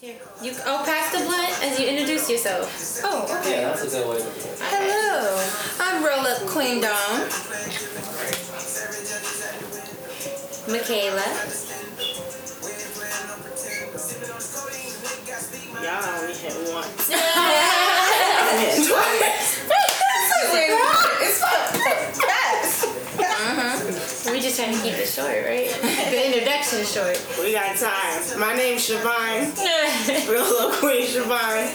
Here, you. Oh, pass the blunt as you introduce yourself. Oh, okay. Yeah, that's a good way to put it. Hello. I'm Roll Up Queen Dawn. Michaela. Y'all only had once. Uh-huh. it's We just trying to keep it short, right? the introduction is short. We got time. My name's Siobhan. Real little Queen Siobhan.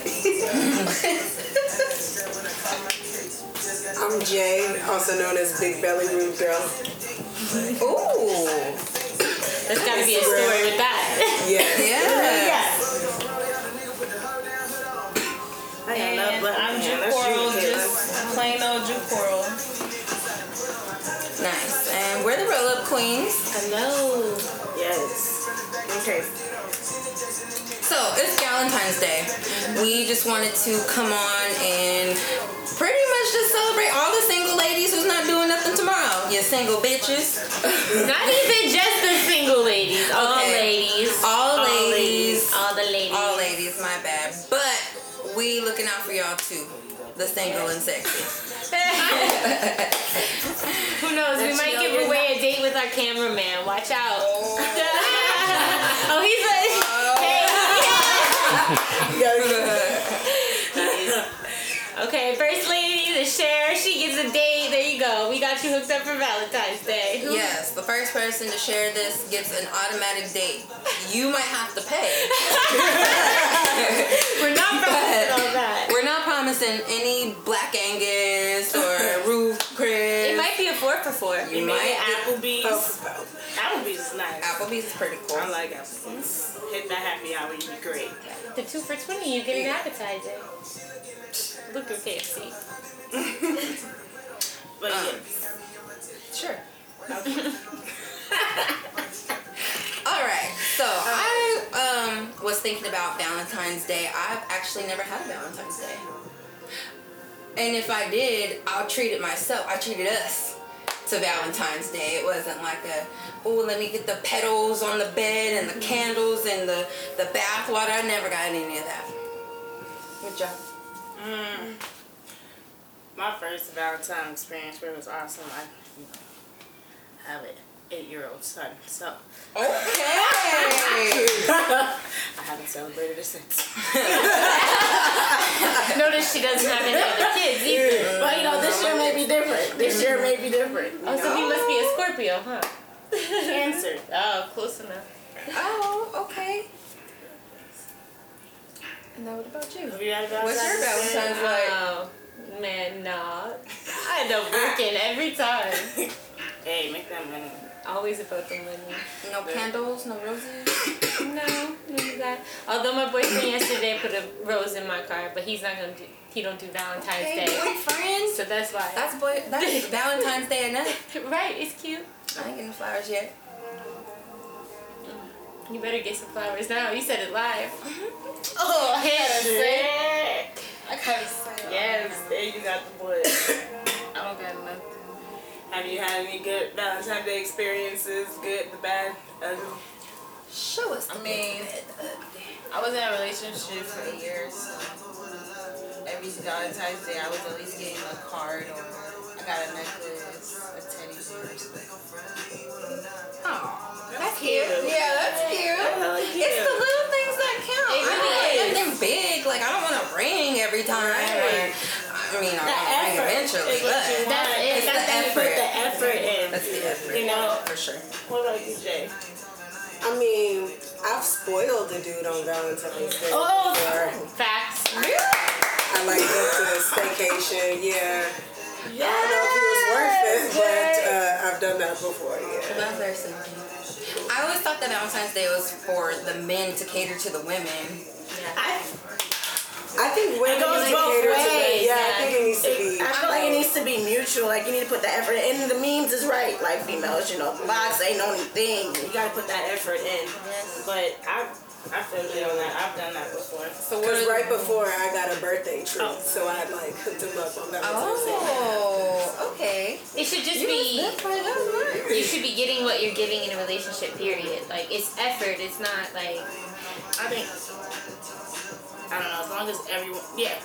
I'm Jay, also known as Big Belly Rude Girl. Ooh. There's got to be a story with that. Yeah. Yeah. I got love, And but I'm Ju That's Coral, you, Kayla. just plain old Ju Coral. Nice. And we're the Roll Up Queens. Hello. Yes. Okay. So it's Valentine's Day. We just wanted to come on and pretty much just celebrate all the single ladies who's not doing nothing tomorrow. You single bitches. Not even just the single ladies. All Okay. ladies. All all ladies. ladies. All the ladies. All ladies, my bad. But we looking out for y'all too. The single and sexy. Who knows? we might you know give you're away a date with our cameraman. Watch out. oh, he's a. Hey. okay, first lady, the share. She gets a date. There you go. We got you hooked up for Valentine's Day. Yes, the first person to share this gets an automatic date. You might have to pay. We're not promising all that. We're not promising any Black Angus or Roof Chris. It might be a four for four. You You might made get- Applebee's. Oh, Applebee's is nice. Applebee's is pretty cool. I like Applebee's. Hit that happy hour, you'd be great. The two for twenty, you get an appetizer. Look at KFC. But Um, yeah. Sure. All right. So Uh, I um, was thinking about Valentine's Day. I've actually never had a Valentine's Day. And if I did, I'll treat it myself. I treated us to Valentine's Day. It wasn't like a, oh, let me get the petals on the bed Mm-hmm. and the candles and the, the bath water. I never got any of that. Good job. Mm. My first Valentine experience where it was awesome. I I have an eight-year-old son, so Okay. I haven't celebrated it since. Notice she doesn't have any other kids either. But you know, this year may be different. This year may be different. you Oh, so know? he must be a Scorpio, huh? Cancer. Oh, close enough. oh, okay. And now what about you? Have you had a Valentine? What's your Valentine's like? Oh, man, nah. I end up working every time. Hey, make that money. Always about the money. No candles, no roses. No, none of that. Although my boyfriend yesterday put a rose in my car, but he's not gonna do. He don't do Valentine's Day, Hey, boyfriend. so that's why. That's boy. That's Valentine's Day enough. right. It's cute. I ain't getting flowers yet. You better get some flowers now. You said it live. Oh, I had I gotta say, Yes, there you got the boy. I don't got nothing. Have you had any good Valentine's Day experiences? Good, the bad, ugly? Show us. I mean, I was in a relationship for a year, so every Valentine's Day I was at least getting a card or I got a necklace, a teddy bear, or something. Oh, that's cute. Yeah, that's cute. Hella cute. It's the little things that count. It I really don't want nothing big. Like I don't want a ring every time. Right. I mean, I want a ring effort eventually, is what you but That's it. want. It's That's the you put effort. the effort in. that's the effort. You know. for sure. What about you, Jay? I mean, I've spoiled the dude on Valentine's Day. a Oh. facts. I like went to a staycation. Yeah. I don't know if it was worth it, but uh, I've done that before. Yeah. Love their safety. I always thought that Valentine's Day was for the men to cater to the women. uh, I, I think women goes need to both cater to ways, that. Yeah, I think it needs to be. I feel like it needs to be mutual. Like you need to put the effort in. And the memes is right. Like females, you know, box ain't no thing. You gotta put that effort in. But I, I feel good on that. I've done that before. So what Because are right before I got a birthday treat, Oh. so I like hooked him up on Valentine's Day. Oh, okay. It should just be. Oh. You should be getting what you're giving in a relationship. Period. Like it's effort. It's not like. I think long as everyone, yeah,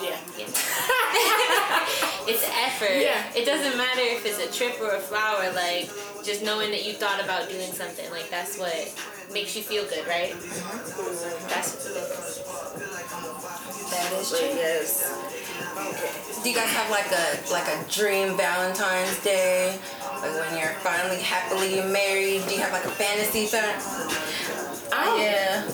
yeah. it's effort. Yeah. It doesn't matter if it's a trip or a flower. Like just knowing that you thought about doing something. Like that's what makes you feel good, right? That's what it is. That is But true. yes, Do you guys have like a like a dream Valentine's Day? Like when you're finally happily married? Do you have like a fantasy fan? yeah.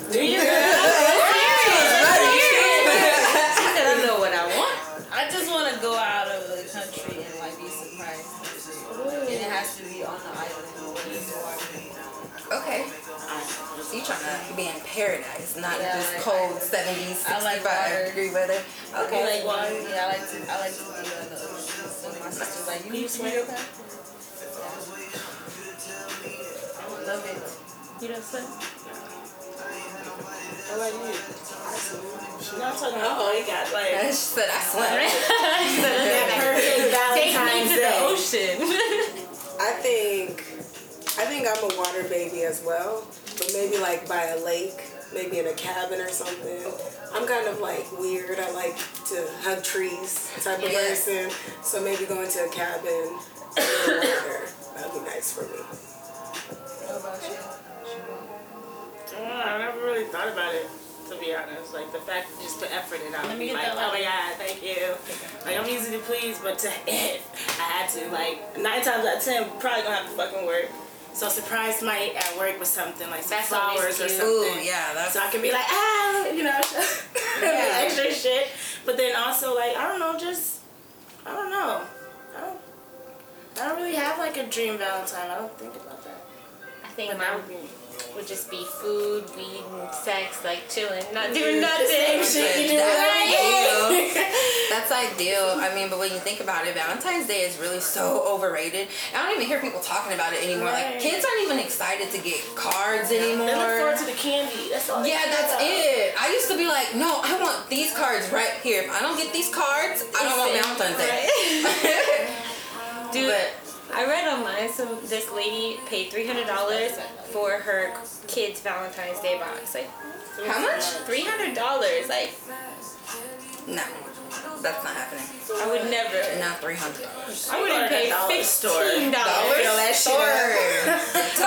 She said I know what I want. I just want to go out of the country and like be surprised. And it has to be on the island. Okay. So you trying to be in paradise, not Yeah, just like- cold 70s, 65 I like water. degree weather. I Okay. like water. Yeah, I like to. I like to be on the ocean. So my sister's like, you need to be okay. Yeah. I would love it. You don't sweat. I like you. She's not talking about oh, he got like she said I slept. perfect Take Valentine's me to the Day. ocean. I think I think I'm a water baby as well, but maybe like by a lake, maybe in a cabin or something. I'm kind of like weird. I like to hug trees type of Yeah. person. So maybe going to a cabin in the water. That'd be nice for me. What about you? Uh, I never really thought about it, to be honest. Like the fact that you just put effort in, I Let would me be get like, that oh my god, thank you. Like I'm easy to please, but to it, I had to. Like nine times out of ten, probably gonna have to fucking work. So surprise somebody at work with something like some That's always flowers or cute. something. Ooh, yeah, that's So I can be like, ah, you know, Yeah. extra shit. But then also like, I don't know, just I don't know. I don't. I don't really have like a dream Valentine. I don't think about that. I think But that mine would be would just be food, weed, and sex, like chilling, not doing nothing. shit you do, That's right? ideal. That's ideal. I mean, but when you think about it, Valentine's Day is really so overrated. I don't even hear people talking about it anymore. Like Right. kids aren't even excited to get cards anymore. They look forward to the candy. That's all. they Yeah, care that's about. it. I used to be like, no, I want these cards right here. If I don't get these cards, I don't want Valentine's Day. Dude, But I read online so this lady paid three hundred dollars for her kid's Valentine's Day box. Like how much? three hundred dollars. Like No, that's not happening. I would never. Not three hundred dollars. I wouldn't Or pay a dollar store. fifteen dollars. that shit.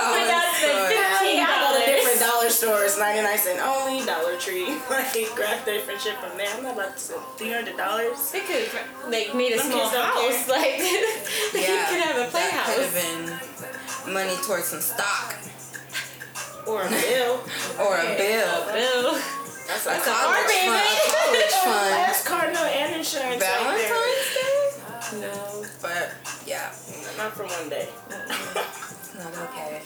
Oh I got Dollar store. fifteen I go to dollars. different dollar stores, 99 cent only, Dollar Tree. Like, grab different shit from there. I'm not about to spend $300. They could like made a Some small kids don't care. house. Like you Yeah, could have a That could playhouse. have been money towards some stock Or a bill. or a bill. Bill. That's a college hard fund. A payment. college fund. That's car note and insurance. Right Valentine's there. Day. No, But yeah, not for one day. it's not okay.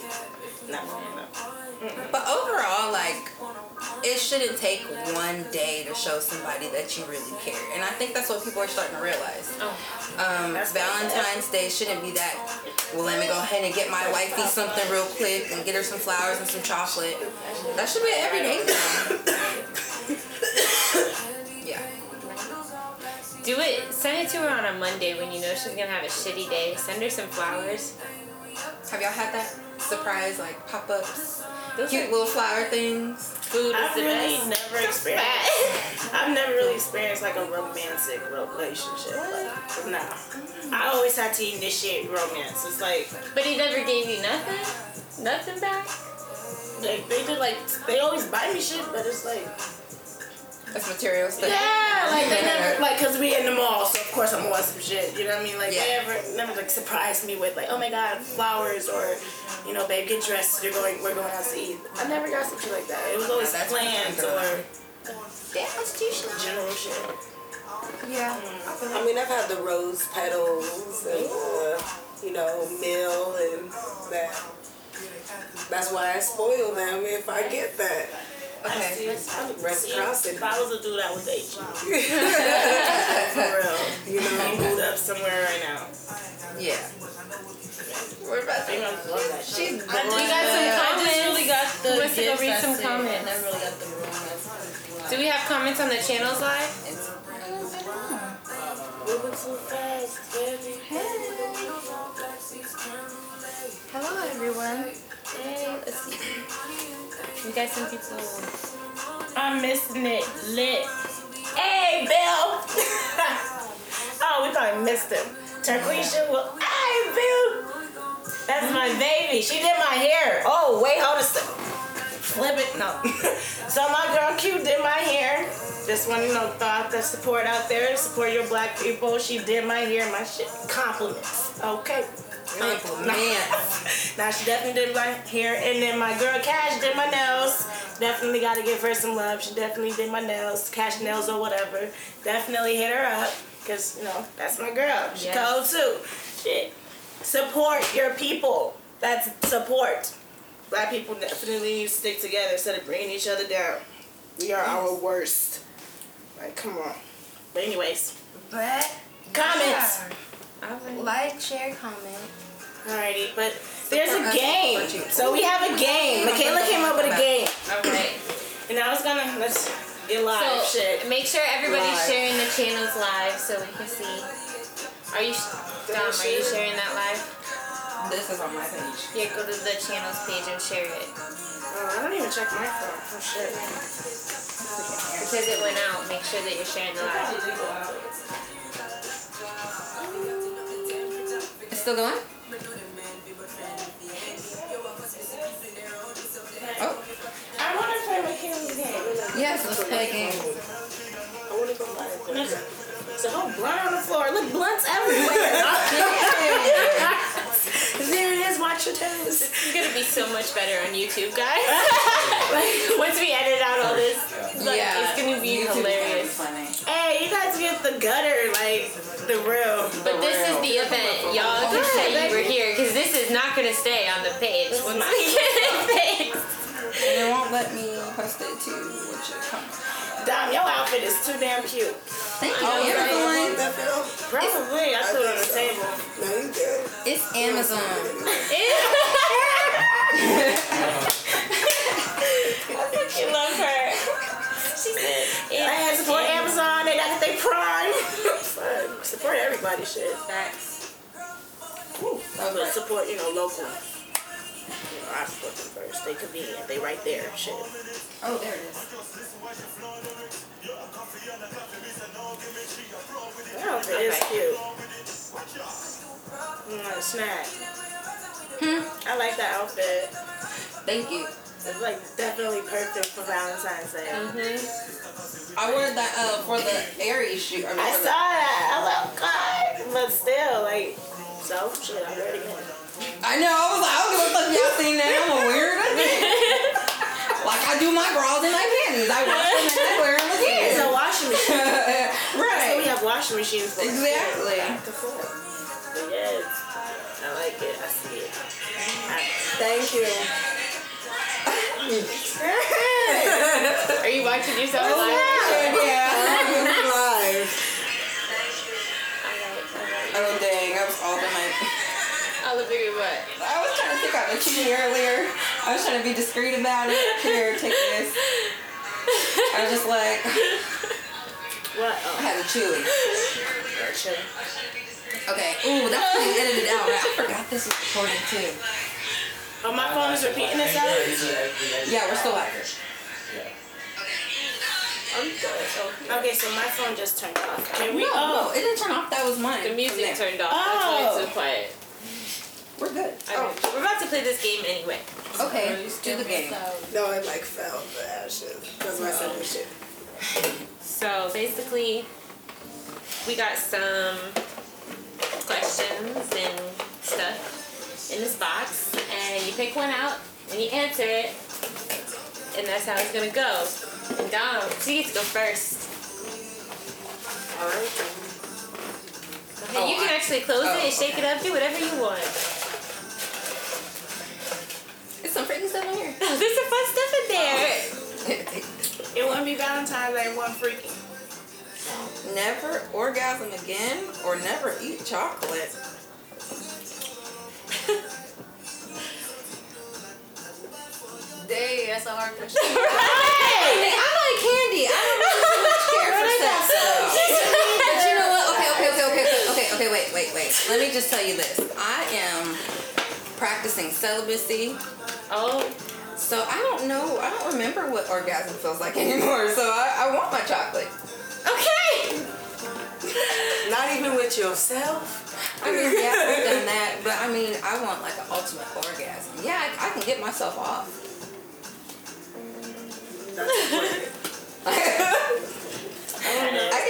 Not for one day. But overall, like, it shouldn't take one day to show somebody that you really care. And I think that's what people are starting to realize. Oh. Um, That's Valentine's Day shouldn't be that, well, let me go ahead and get my wifey something real quick and get her some flowers and some chocolate. That should be an everyday thing. yeah. Do it. Send it to her on a Monday when you know she's gonna have a shitty day. Send her some flowers. Have y'all had that surprise, like, pop ups? Those Cute little flower things? food is I've the really best. never experienced. I've never really experienced like a romantic relationship. Like, nah. I always had to initiate romance. It's like, But he never gave you nothing? Nothing back? like they did like, they always buy me shit, but it's like, That's material stuff. Yeah, like they never like because we in the mall, so of course I'm gonna want some shit. You know what I mean? Like Yeah. they never never like surprised me with like, oh my god, flowers or you know, babe, get dressed. You're going, we're going out to eat. I never got something like that. It was always That's plans or Yeah, that's cute. general shit. Yeah. I mean, I've had the rose petals and uh, you know meal and that. That's why I spoil them if I get that. Okay. Reciprocity. If I was a dude, I would date you. For real, you know, I'm booed up somewhere right now. Yeah. What about They you? gonna love that shit. She's I going just got some up. comments. I just really got the Let's go gifts read I some sent. comments. I never really got the room. That's Do we have comments on the channels live? Moving too fast, baby. Hello, everyone. Hey, let's see. We got some people. Um, I'm missing it lit. Hey, Bill. oh, we thought he missed him. Tarquisha, well, hey, Bill. That's my baby. She did my hair. Oh, wait, hold a second. Flip it. No. so my girl Q did my hair. Just want to you know, throw out the support out there. Support your black people. She did my hair. My shit. Compliments. Okay. Compliments. Now she definitely did my hair, and then my girl Cash did my nails. Definitely got to give her some love. She definitely did my nails, Cash nails or whatever. Definitely hit her up, cause you know that's my girl. She Yes. cold too. Shit. Support your people. That's support. Black people definitely need to stick together instead of bringing each other down. We are our worst. Like, come on. But anyways, But comments. like, share, comment. Alrighty, but there's a Support us, game. support you. So we have a game. Michaela came up with a game. Alright. And I was gonna let's get live So shit. Uh, make sure everybody's Live. sharing the channels live so we can see. Are you Dom, are you sharing that live? This is on my page. Yeah, go to the channels page and share it. Oh, I don't even check my phone. Oh shit. Because it went out, make sure that you're sharing the live. It's still going? Oh, I wanna play Michaela's game. yes, let's play a game. I want to go live. It's a whole blunt on the floor. Look, blunts everywhere. there it is, watch your toes. It's gonna be so much better on YouTube, guys. like, once we edit out all this, like, it's gonna be YouTube's gonna hilarious. funny. Hey, you guys get the gutter, like the real. But this is the event, y'all can say you were here, because this is not gonna stay on the page once we get it fixed. They won't let me post it to what you're coming. Dom, your outfit is too damn cute. Thank you, Like Amazon. that feel? Probably, I threw it on the table. No, you good. It's Amazon. You love her. she said, I had to support Amazon. They got their prime. Fuck, support everybody, shit. But support, you know, local. You know, I support them first. They convenient. They right there, shit. Oh, there it is. That outfit Oh, is cute. Mm, snack. I like that outfit. Thank you. It's like definitely perfect for Valentine's Day. I wore that uh, for the Aries shoot. I saw that. I love God. But still, like, so shit, I'm ready. I know. I was like, I don't give a fuck if y'all seen that. I'm a weirdo. like I do my bras and my panties. I wash them and I wear them again. It's a washing machine. That's what we right. have washing machines for. Exactly. The floor. But yes, I like it. I see it. I- Thank you. Are you watching yourself live? Yeah. live. Oh dang, I was all the mic. I'll look at your butt. I was trying to pick out the kitty earlier. I was trying to be discreet about it. Here, take this. I was just like, What? I Oh, had a chewy. shit. Okay. Ooh, that's what you edited out. right? I forgot this was recording too. Oh, my phone is repeating itself. Yeah, we're still live. Okay, so my phone just turned off. Can we? No, no, Oh, it didn't turn off. That was mine. uh, The music From there. turned off. That's why it's Oh. so quiet. We're good. I don't- We're about to play this game anyway. Okay, do the game. No, it like fell the ashes. That's why I said this shit. So basically, we got some questions and stuff in this box, and you pick one out and you answer it, and that's how it's gonna go. And Dom, so you get to go first. And you Oh, can I- actually close oh, it, shake it okay. up, do whatever you want. It's some freaking stuff on here. There's some fun stuff in there. it wouldn't be Valentine's Day. One freaking. never orgasm again or never eat chocolate. Dang, that's a hard question. Hey, I like candy. I don't really much care for sex though. But you know what? Okay, okay, okay, okay, okay, okay, okay, wait, wait, wait. Let me just tell you this. I am practicing celibacy. Oh, So I don't know. I don't remember what orgasm feels like anymore. So I, I want my chocolate. Okay. Not even with yourself. I mean, yeah, we've done that, but I mean, I want like an ultimate orgasm. Yeah, I, I can get myself off. I can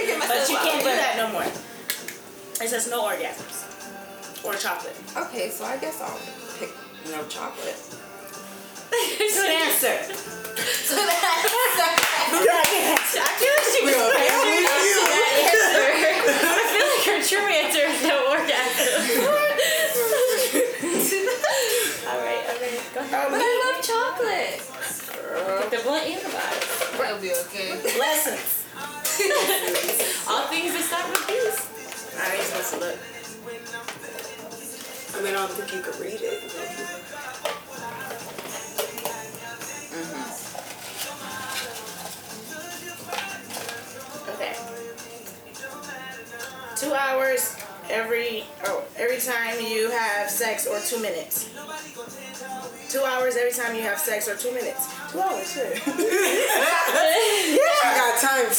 get But myself you off. can't do that no more. It says no orgasms or chocolate. Okay, so I guess I'll pick no chocolate. Oh. Good answer. So that's Good answer. I feel like she was Real right. family I feel like her true answer is no orgasm. All right, okay. Go But ahead. I love chocolate. Like the blunt and the bottle. It'll be okay. Lessons. All things that start with these. All right, supposed to look. I mean, I don't think you could read it. Okay. Two hours every oh, every time you have sex or two minutes. Two hours every time you have sex or two minutes. Two hours, sure. I got time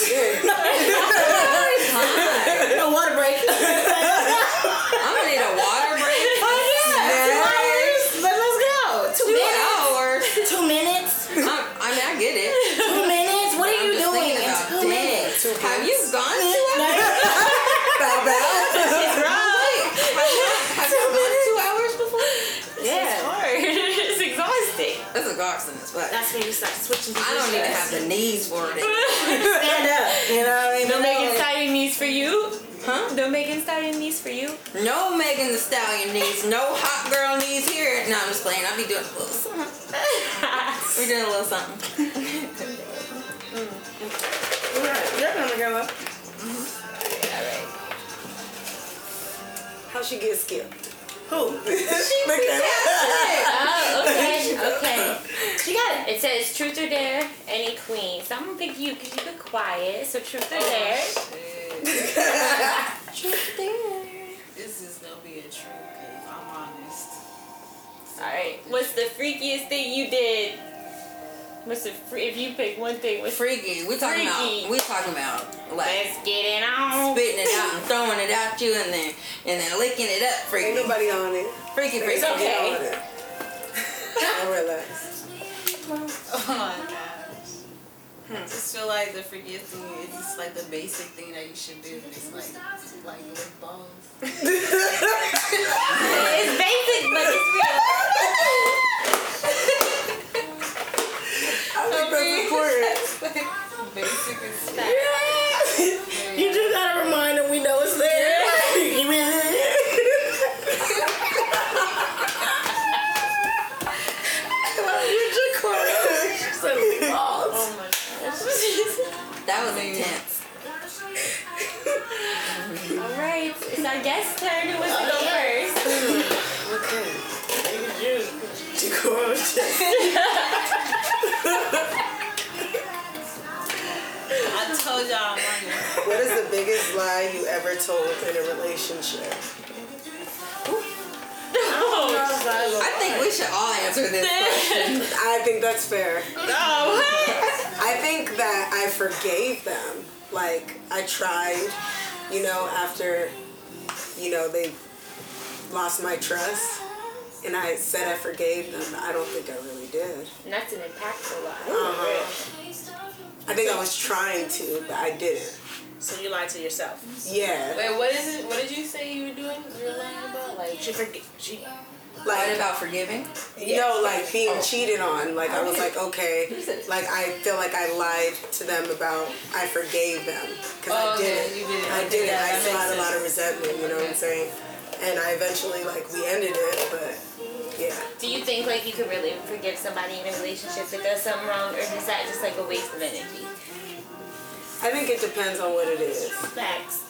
today. no water break. I'm gonna need a water break. oh yeah, two hours. But let's go. Two, Two minutes. hours. Two minutes. I'm- I mean, I get it. Two minutes. What are I'm you just doing? thinking It's two about dang, minutes. Have you gone two hours? Bow, bow. Wait, have you not- have you gone two hours before? Yeah. Hard. it's exhausting. That's a godsend as well. That's when you start switching. I don't even have the knees for it. stand up. You know what I mean? No You know, Megan Stallion knees for you. Huh? No Megan Stallion knees for you. No Megan the Stallion knees. No hot girl knees here. No, I'm just playing. I'll be doing a little something. We're doing a little something. Right. You're gonna go. Mm-hmm. How she get skipped? Who? oh, okay, okay. She got it. It says truth or dare, any queen. So I'm gonna pick you because you've been quiet. So truth or dare. Shit. Truth there. This is gonna be a trip because I'm honest. Alright. What's the freakiest thing you did? What's the free if you pick one thing what's Freaky. We talking Freaky. about. We talking about like Let's get it on. spitting it out and throwing it at you and then and then licking it up. Ain't Freaky. nobody on it. Freaky. Ain't Freaky. nobody okay. on it. I realize. Oh my gosh. Hmm. I just feel like the freakiest thing is just like the basic thing that you should do. It's like like lip balms. It's basic but it's real. I think that's important. Basic is You do gotta remind them we know it's there. Oh my That was intense. Alright, it's our guest turn who wants to go first. I told y'all I'm honest. What is the biggest lie you ever told in a relationship? Oh, I think we should all answer this. question. I think that's fair. oh what? I think that I forgave them. Like I tried, you know, after you know they lost my trust, and I said I forgave them. but I don't think I really did. Um, And that's an impactful lie. Uh-huh. I think I was trying to, but I didn't. So you lied to yourself. Yeah, Wait, what is it? What did you say you were doing? You were lying about like She forget. She. What like about forgiving? you know, like Oh. being cheated on. Like I was like, okay, like I feel like I lied to them about I forgave them because Oh, I okay, didn't. you didn't. I Okay, didn't. yeah, I that still makes had a lot sense. of resentment. You know what I'm saying? And I eventually like we ended it, but yeah. Do you think like you could really forgive somebody in a relationship that does something wrong or is that just like a waste of energy? I think it depends on what it is, Facts.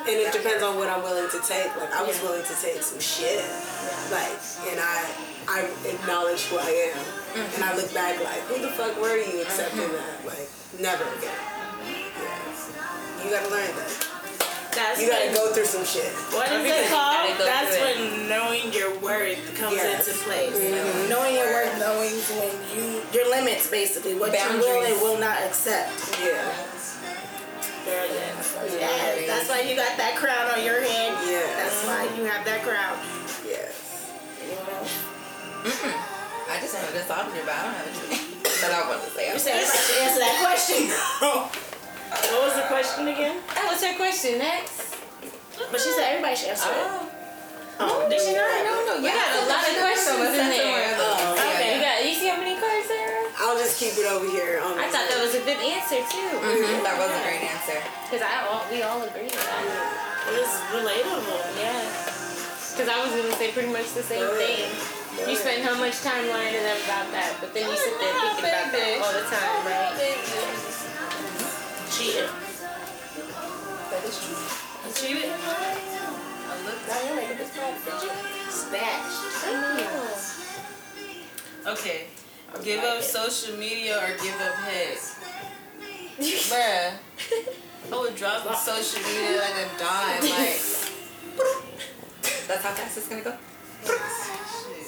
and it depends on what I'm willing to take. Like I was willing to take some shit, like, and I I acknowledge who I am, and I look back like, who the fuck were you accepting that? Like never again. Yeah. You gotta learn that. That's You gotta when- go through some shit. What is Everything it you gotta called? go That's through it. when knowing your worth comes Yes. into place. Knowing your worth, knowing when you your limits, basically what you will Boundaries. and will not accept. Yeah. Very good. Yes, that's why you got that crown on your head. Yeah. That's why you have that crown. Yes. I just wanted to talk to you, but I don't have anything that I want to say. You said everybody should answer that question. what was the question again? That was her Oh, question next. But she said everybody should answer it. Oh, did she not? No, no, We got a lot of questions in there. Oh, Okay, you got. You see how many cards there are? I'll just keep it over here. Um, I thought that was a good answer too, hmm That was a great answer. because I all we all agree with that. It's relatable. Yeah. Because I was gonna say pretty much the same thing. You spend how much time lying to them about that, but then you sit there thinking about that all the time, right? Cheating. Cheated? Okay. Give up social media or give up head. Bruh. I would drop the social media like a dime. Like, That's how fast it's gonna go. shit.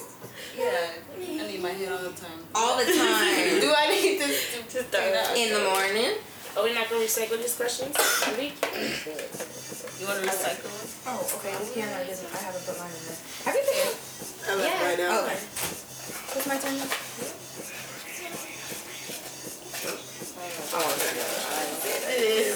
Yeah. I need my head all the time. All the time. Do I need this to, to In the morning. Are we not going to recycle these questions? You want to recycle Oh, okay. This camera doesn't. I haven't put mine in there. Have you been? I left right now. Okay. What's my turn? Oh, it? It is.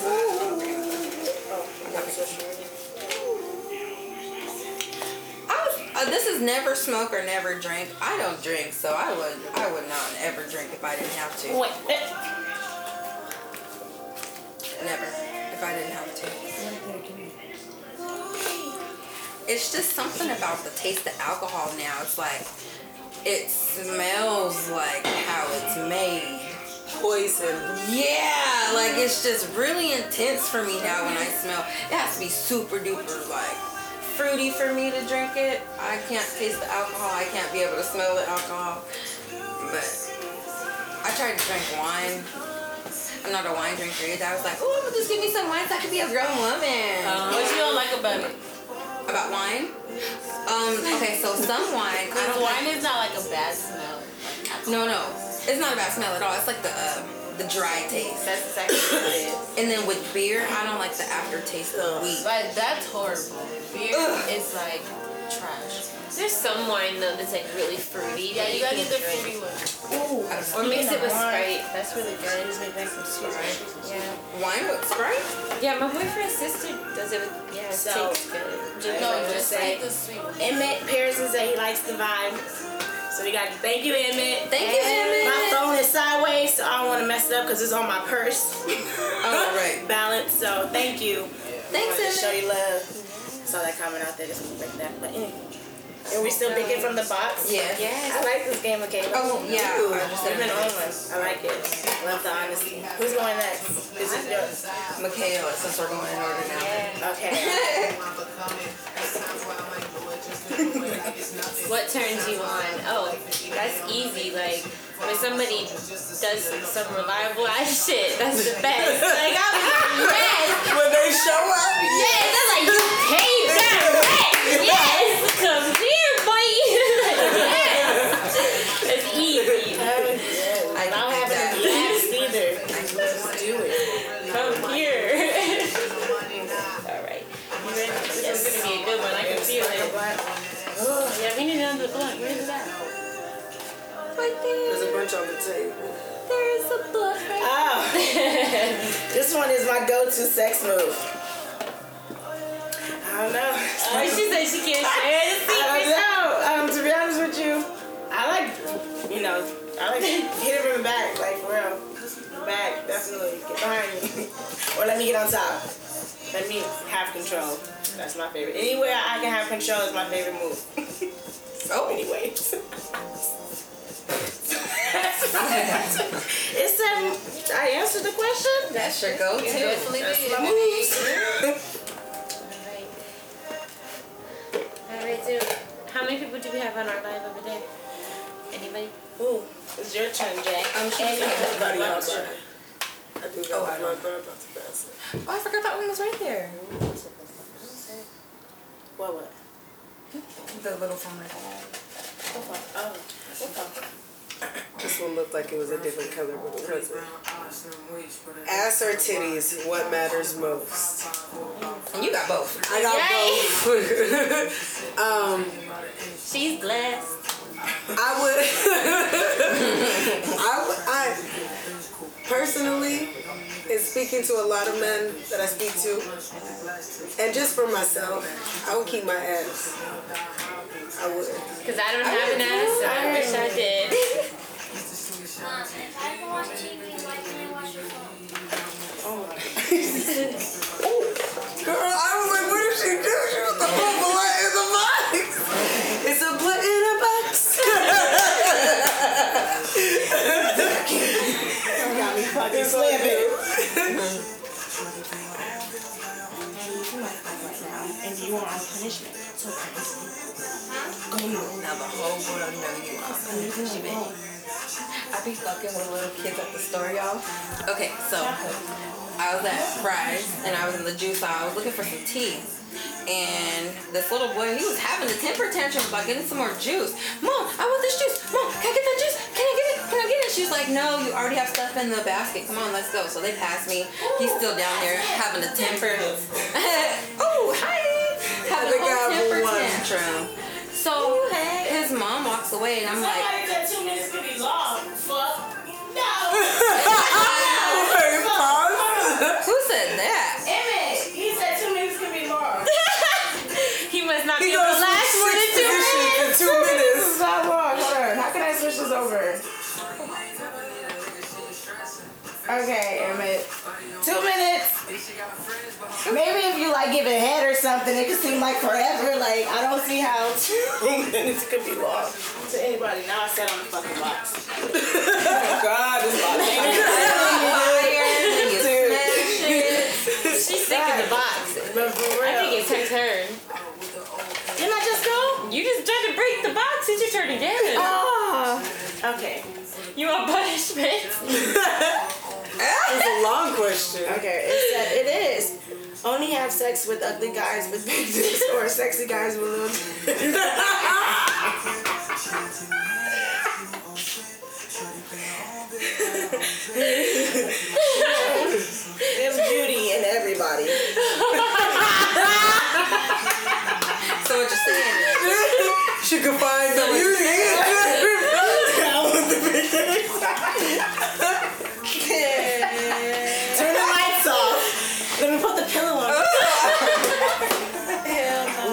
I was, uh, this is never smoke or never drink. I don't drink, so I would I would not ever drink if I didn't have to. Wait. Never. If I didn't have to. It's just something about the taste of alcohol now. It's like it smells like how it's made. Poison. Yeah, like it's just really intense for me now when I smell. It has to be super duper like fruity for me to drink it. I can't taste the alcohol. I can't be able to smell the alcohol. But I tried to drink wine. I'm not a wine drinker either. I was like, oh, I'm gonna just give me some wine so I can be a grown woman. Um, What you don't like about it? About wine? Um, okay, so some wine. I don't like- Wine is not like a bad smell. No, no. It's not a bad smell at all. It's like the uh, the dry taste. That's exactly what it is. And then with beer, I don't like the aftertaste of wheat. Like, that's horrible. Beer Ugh. is like trash. There's some wine though that's like really fruity. Yeah, that you gotta can get the drink. fruity one. Or mix it with Sprite. That's really good. Yeah. Wine with Sprite? Yeah, my boyfriend's sister does it with. Yeah, it So, tastes good. No, just just say- like the sweet one. Emmett Pearson said he likes the vibe. So we got to thank you, Emmett. Thank you, My Emmett. phone is sideways, so I don't want to mess it up because it's on my purse. Oh, right. Balance, so thank you. Thanks, wanted to show Emmett. you love. Saw that comment out there, just gonna break that. But anyway. And we still picking from the box? Yes. I like this game of Caleb. Oh, yeah. I just I've said been on it. one. I like it. Love the honesty. Who's going next? This is yours. Mikhail, since we're going in order now. Okay. What turns you on? Oh, that's easy. Like when somebody does some reliable ass shit, that's the best. Like I was impressed. When they show up, Yes, that's like you paid that rent. Yes, come here, boy. yes, it's easy. I I don't can have any do that. laughs either. Come here. All right. You ready? This is gonna be a good one. I can feel it. Yeah, we need another blunt. Where's that? there's a bunch on the table. There's a blunt right Oh, this one is my go-to sex move. I don't know. Oh, she said she can't share the I secret. don't know. Um, to be honest with you, I like, you know, I like hit him in the back, like for real. Back, definitely. Get behind me. or let me get on top. Let me have control. That's my favorite. Anywhere I can have control is my favorite move. Oh, Anyway. it said I answered the question. that's your go-to. Joyfully That's did. my move. All right, so how many people do we have on our live over there? Anybody? Ooh, it's your turn, Jay. Um, she- Everybody Everybody else. else. I do got Oh, I thought about to pass it. Oh, I forgot that one was right there. What, what? The little phone right there. This one looked like it was a different color with a present. Ass or titties, what matters most? And you got both. I got both. um, She's blessed. I would. I would. I personally, in speaking to a lot of men that I speak to, and just for myself, I would keep my ass. I would. Because I don't have an ass. so I wish I did. If I watch TV, why can't I watch your phone? Girl, I was like, what did she do? She was the whole bullet in the box. It's a bullet in a box. Got me fucking slipping. And you are on punishment. So Now the whole world know you are. She been- I be fucking with little kids at the store, y'all. Okay, so I was at Fry's and I was in the juice aisle. I was looking for some tea. And this little boy, he was having a temper tantrum about getting some more juice. Mom, I want this juice. Mom, can I get that juice? Can I get it? Can I get it? She was like, No, you already have stuff in the basket. Come on, let's go. So they passed me. He's still down there having a temper. oh, hi. Having a whole temper tantrum. So his mom walks away, and I'm like, said two minutes could be long. Fuck. No. Hey, pause. Who said that? Emmett, he said two minutes could be long. He must not He be goes the from last switch minute to positions in two minutes. It's not long. Hold on. How can I switch this over? Okay, Emmett. Two minutes. Maybe if you like give it a head or something, it could seem like forever. Like I don't see how two minutes could be long to anybody. Now I sat on the fucking box. Oh God, this box. Fire, you smash it. She's sick in the box. I think it's her turn. Didn't I just go? You just tried to break the box. It's your turn again. Oh. Okay. You want punishment? It's a long question. Okay. It said it is. Only have sex with ugly guys with big dicks or sexy guys with little. There's beauty in everybody. So what you're saying is, she could find the beauty. Turn the lights off. Let me put the pillow on.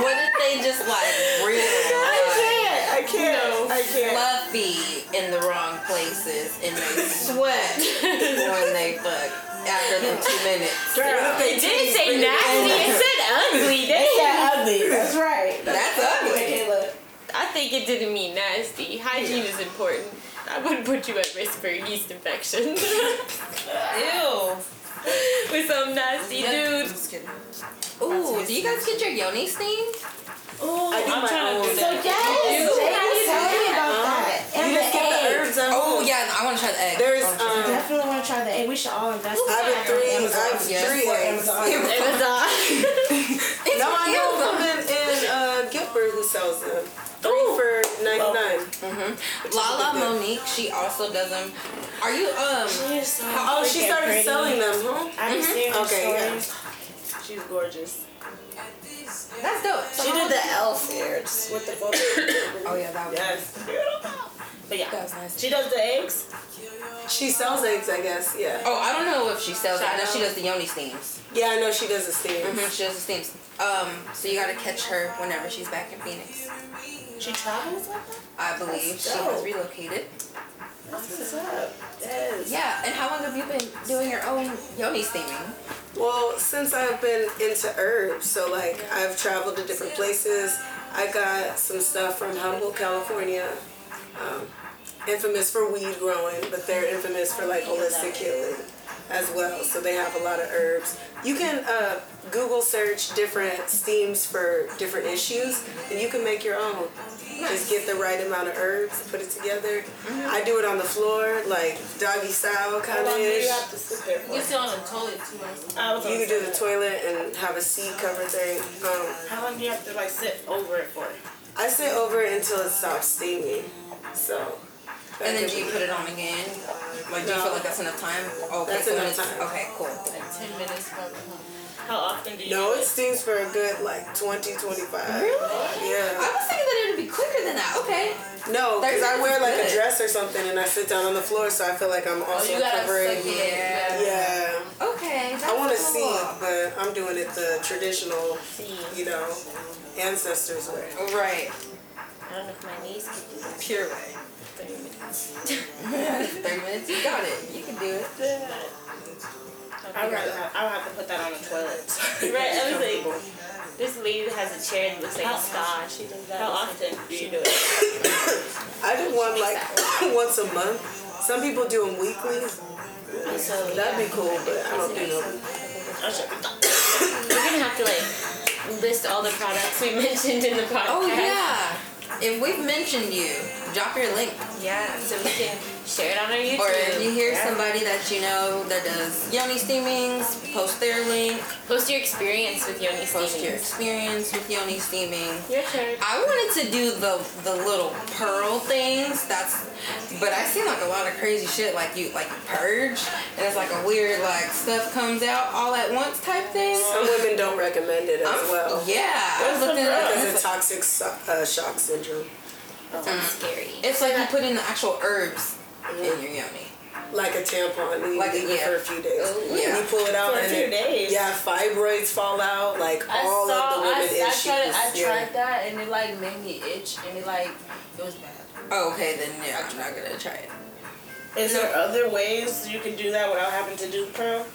what if they just like real I can't. I can't. fluffy in the wrong places and they sweat when they fuck after them two minutes? It didn't say nasty. It said ugly. It's Damn. that ugly. That's right. That's ugly. I think it didn't mean nasty. Hygiene is important. I wouldn't put you at risk for a yeast infection with Ew. some nasty dude. Ooh, do you guys get your yoni steam? I am trying to. So yes, Jay was telling me about that. And the egg. Oh yeah, I want to try the egg. There's I wanna um, Definitely want to try the egg. We should all invest. in I've been that. three, I've Yes. three eggs. try- It's No, I know real. someone in uh, Gilbert who sells them. Three for ninety nine. Mm-hmm. Lala Monique, she also does them. Are you um? Oh, she started selling them, huh? I've been seeing her Okay, yeah. stories. She's gorgeous. That's dope. So She how- did the elf hair just with the photo. Oh yeah, that was. yes. Beautiful. But yeah. That was nice. She does the eggs. She sells eggs, I guess. Yeah. Oh, I don't know if she sells. it. I know she does the yoni steams. Yeah, I know she does a steam. Mhm, She does the steams. Um, so you gotta catch her whenever she's back in Phoenix. She travels like that. I believe she has relocated. What's up? Yes. Yeah, and how long have you been doing your own yoni steaming? Well, since I've been into herbs, so like I've traveled to different places. I got some stuff from Humboldt, California. Um, infamous for weed growing, but they're infamous for like holistic healing. as well. So they have a lot of herbs. You can uh, Google search different steams for different issues, and you can make your own. Just get the right amount of herbs, put it together. I do it on the floor, like doggy style kind of ish. to sit there for? You sit on the toilet too much. I was You gonna can say do the that. toilet and have a seat cover thing. Um, How long do you have to like sit over it for? I sit over it until it stops steaming. So. And then do you put it on again? Like, do you feel like that's enough time? Oh, Okay, That's so when enough it's- time. Okay, cool. Like 10 minutes probably. How often do you? No, do it steams for a good like 20, 25. Really? Yeah. I was thinking that it'd be quicker than that. Okay. No, because I wear like Good. a dress or something and I sit down on the floor, so I feel like I'm Oh, also you gotta covering. suck it. Yeah. Yeah. Okay. That's I want to cool. see, but I'm doing it the traditional, See, you know, ancestors way. I Right. don't know if my knees could do that. Pure way. Thirty minutes. Thirty minutes. You got it. You can do it. I would have, I would have to put that on the toilet. Right, I was like, this lady that has a chair that looks like a star. She does that. How often do you do it? I do one like once a month. Some people do them weekly. So That'd be cool, but I don't do them. I should be done. we're gonna have to like list all the products we mentioned in the podcast. Oh yeah. If we've mentioned you, drop your link. Yeah, so we can share it on our YouTube. Or if you hear somebody that you know that does yoni steamings, post their link. Post your experience with Yoni Post Steaming. your experience with yoni steaming. Your turn. I wanted to do the the little pearl things. That's, but I see like a lot of crazy shit. Like you like you purge, and it's like a weird like stuff comes out all at once type thing. Some women don't recommend it as I'm- well. Yeah, I That's was looking the at problem. it, Because it's of like- toxic so- uh, shock syndrome. Scary. It's like you put in the actual herbs in your yoni. Like a tampon, and you Like a- leave it yeah. for a few days. Oh, And yeah. you pull it out For a and few it, days. yeah, fibroids fall out. Like I all saw, of the women I, I, issues. tried, it- I yeah. tried that and it like made me itch and it like, it was bad. Oh, okay, then yeah, I'm not gonna try it. Is there other ways you can do that without having to do pro?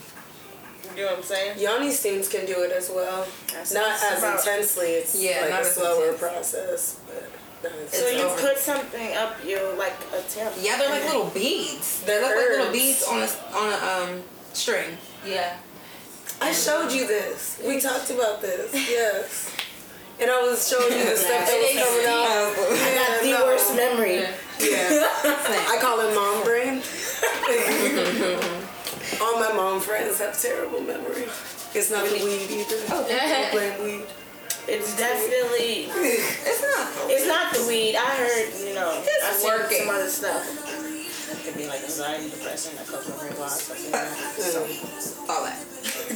You know what I'm saying? Yoni steams can do it as well. That's- Not that's as about- intensely. It's Yeah, like not a as slower intense. process. But not as So you over. put something up you like a tampon. Yeah, they're like little beads. They look like little beads on a s- on a um string. Yeah. I showed you this. We talked about this. Yes. And I was showing you the stuff that was coming out. Oh, Yeah, The no. worst memory. Yeah. I call it mom brain. All my mom friends have terrible memory. It's not weed either. I blame weed. It's definitely it's not. It's not the weed. I heard, you know, I It's seen working. some other stuff. It could be like anxiety, depression, a couple of red lines, something like that. So, All that.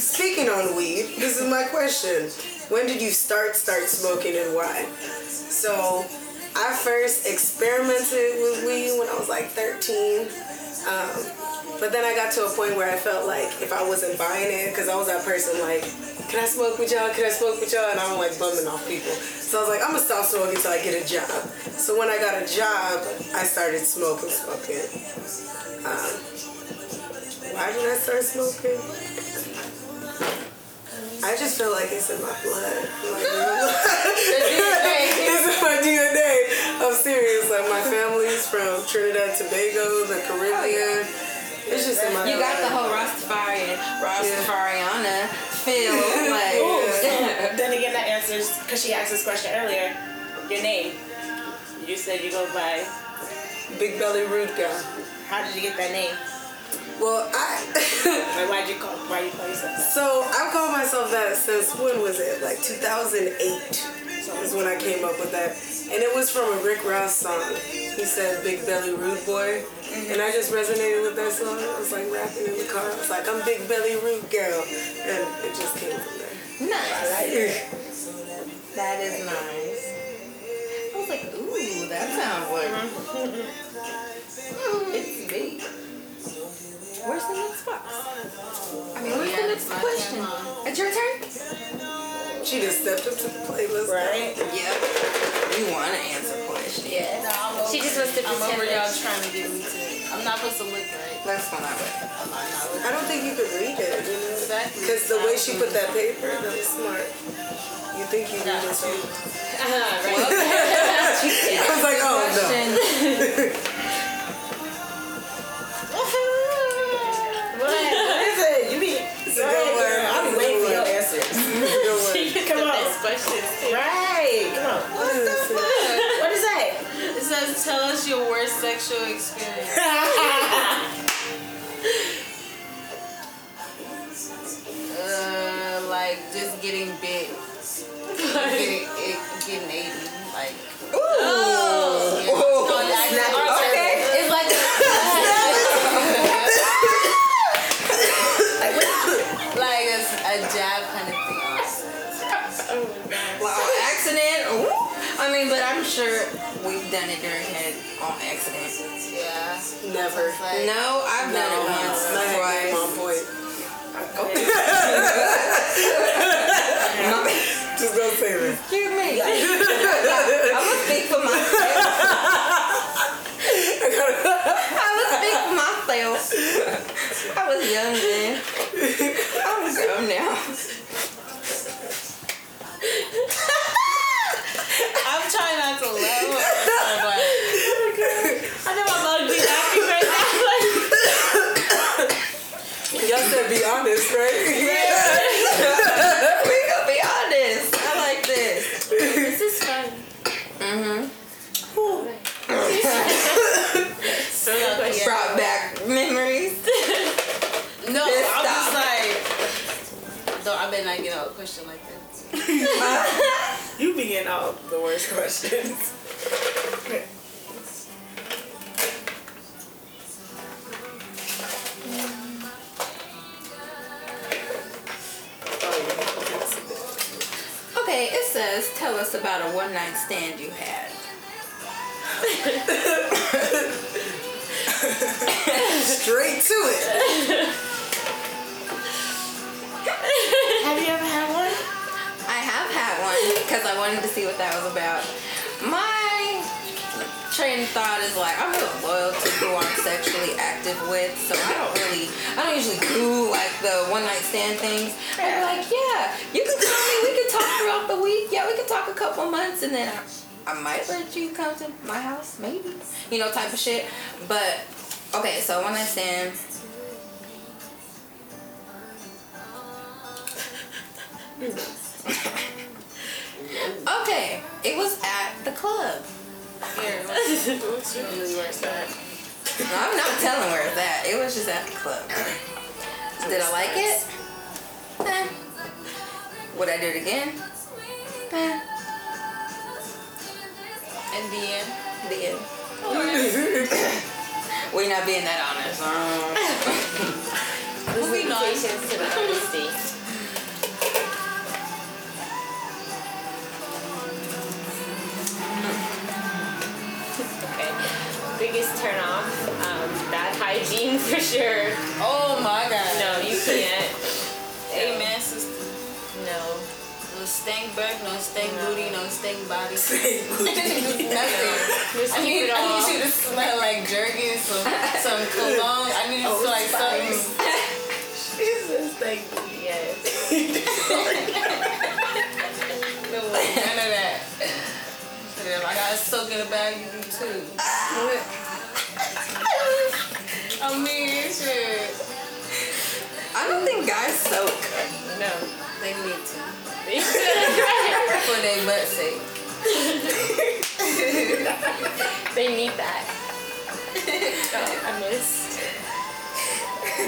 Speaking on weed, this is my question. When did you start start smoking and why? So I first experimented with weed when I was like 13. Um, but then I got to a point where I felt like if I wasn't buying it, because I was that person like, can I smoke with y'all? Can I smoke with y'all? And I don't like bumming off people. So I was like, I'm gonna stop smoking until I get a job. So when I got a job, I started smoking, smoking. Um, why did I start smoking? I just feel like it's in my blood. Like, it's in my DNA. I'm serious. Like my family's from Trinidad, Tobago, the Caribbean. It's just in my You got the blood. whole Rastafarian, Rastafariana feel. Like, Then again, that answers, because she asked this question earlier, your name. You said you go by, big belly rude guy. how did you get that name? Well, I. Like, why'd you call, why you call yourself that? So I call myself that since when was it? Like 2008 is when I came up with that, and it was from a Rick Ross song. He said "Big Belly Rude Boy," and I just resonated with that song. I was like rapping in the car. I was like, "I'm Big Belly Rude Girl," and it just came from there. nice. That is nice. I was like, ooh, that sounds like. Mm, it's me. Where's the next box? I mean, where's the next question? It's your turn? She just stepped up to the playlist. Right? Yep. You want to answer questions. Yeah. No, I'm over, She just wants to I'm over pretend y'all that- trying to get me to. I'm not supposed to look right. Let's go that way. I'm not, not looking. I don't think you could read it, you know, Exactly. because the way she put that paper, that was smart. You think you read it? too. I was like, oh no. What? your worst sexual experience? uh, like just getting bit, getting getting eaten, like. Ooh. Yeah. No, I- I- Okay. It's like like a, a jab kind of thing. honestly. wow, accident. Ooh. I mean, but I'm sure we've done it during head on accident. Yeah. Never. It's like, No, I've done it once, twice. My boy. Just don't say that. Excuse me. I would speak for myself. I would speak for myself. I was young then. I'm grown now. I'm trying not to laugh. but I know I'm ugly laughing right now. Like, Y'all said be honest, right? we gonna be honest. I like this. this is fun. Mm-hmm. So like, Brought back memories. no, Just I'm just stop. like. No, I better not get a question like that. You be getting all the worst questions. Okay, it says, tell us about a one night stand you had. Straight to it. Have you ever had one? I have had one because I wanted to see what that was about. My train of thought is like I'm real loyal to who I'm sexually active with, so I don't really, I don't usually do like the one night stand things. I'm like, yeah, you can call me, we can talk throughout the week. Yeah, we can talk a couple months, and then I, I might let you come to my house, maybe, you know, type of shit. But okay, so one night stand. Okay, it was at the club. Here, No, I'm not telling where it's at. It was just at the club. Did I like it? Eh. Would I do it again? Eh. in the end. The end. We're not being that honest. Um, Moving on. to the honesty. Okay. Biggest turn off, um, bad hygiene for sure. Oh my god. No, you can't. Amen, sister. No. No stank burp, no stank booty, no stank body. Nothing. Just I keep need, it I all. need you to smell like jerky and some, some cologne. I need you to smell like something. Jesus, thank you. Yes. No, none of that. So if I gotta soak in the bag, you do too. I mean, shit. I don't think guys soak. No. They need to. they For their butt sake. need that. Oh, I missed.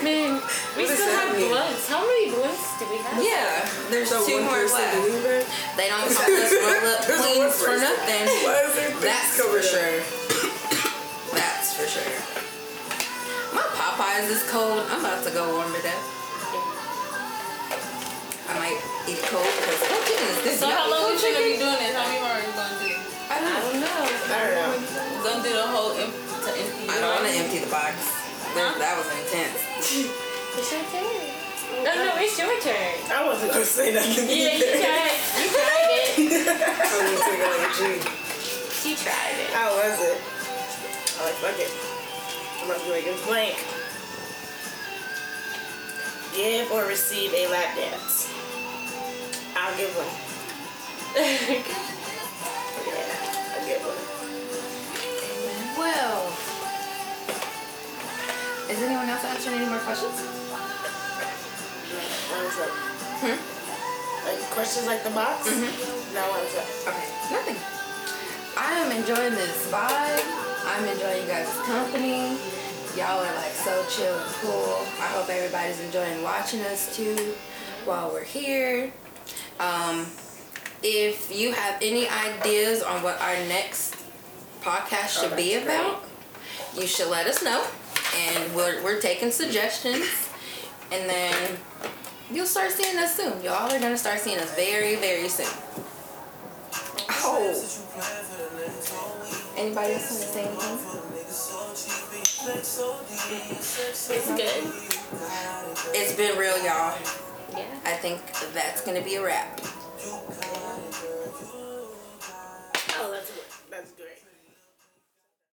Man, we still have blunts. How many blunts do we have? Yeah, there's two One more person left. delivered. They don't call us roll up queens for nothing. Why is there things That's for covered up? sure. That's for sure. My Popeyes is cold. I'm about to go warm it up. I might eat cold because oh goodness, this So how yummy long cold you gonna be chicken. doing this? How many more are you gonna do? I I don't. don't know. I don't know. Gonna do the whole empty to empty. I don't want to empty the box. That- That was intense. It's your turn. No, no, it's your turn. I wasn't gonna say nothing. Yeah, you either. tried. You tried it. I'm gonna take another drink. She tried it. How was it? I'm like, fuck it. I'm not doing it. Blank. Give or receive a lap dance. I'll give one. Yeah, I'll give one. Well, is anyone else asking any more questions? Arms up. Like questions like the box? Now arms up. Okay, nothing. I am enjoying this vibe. I'm enjoying you guys' company. Y'all are like so chill and cool. I hope everybody's enjoying watching us too while we're here. Um, if you have any ideas on what our next podcast should be about, you should let us know. And we're, we're taking suggestions. And then you'll start seeing us soon. Y'all are going to start seeing us very, very soon. Oh. Anybody else want to say anything? It's good. It's been real, y'all. Yeah. I think that's going to be a wrap. Oh, that's good. That's great.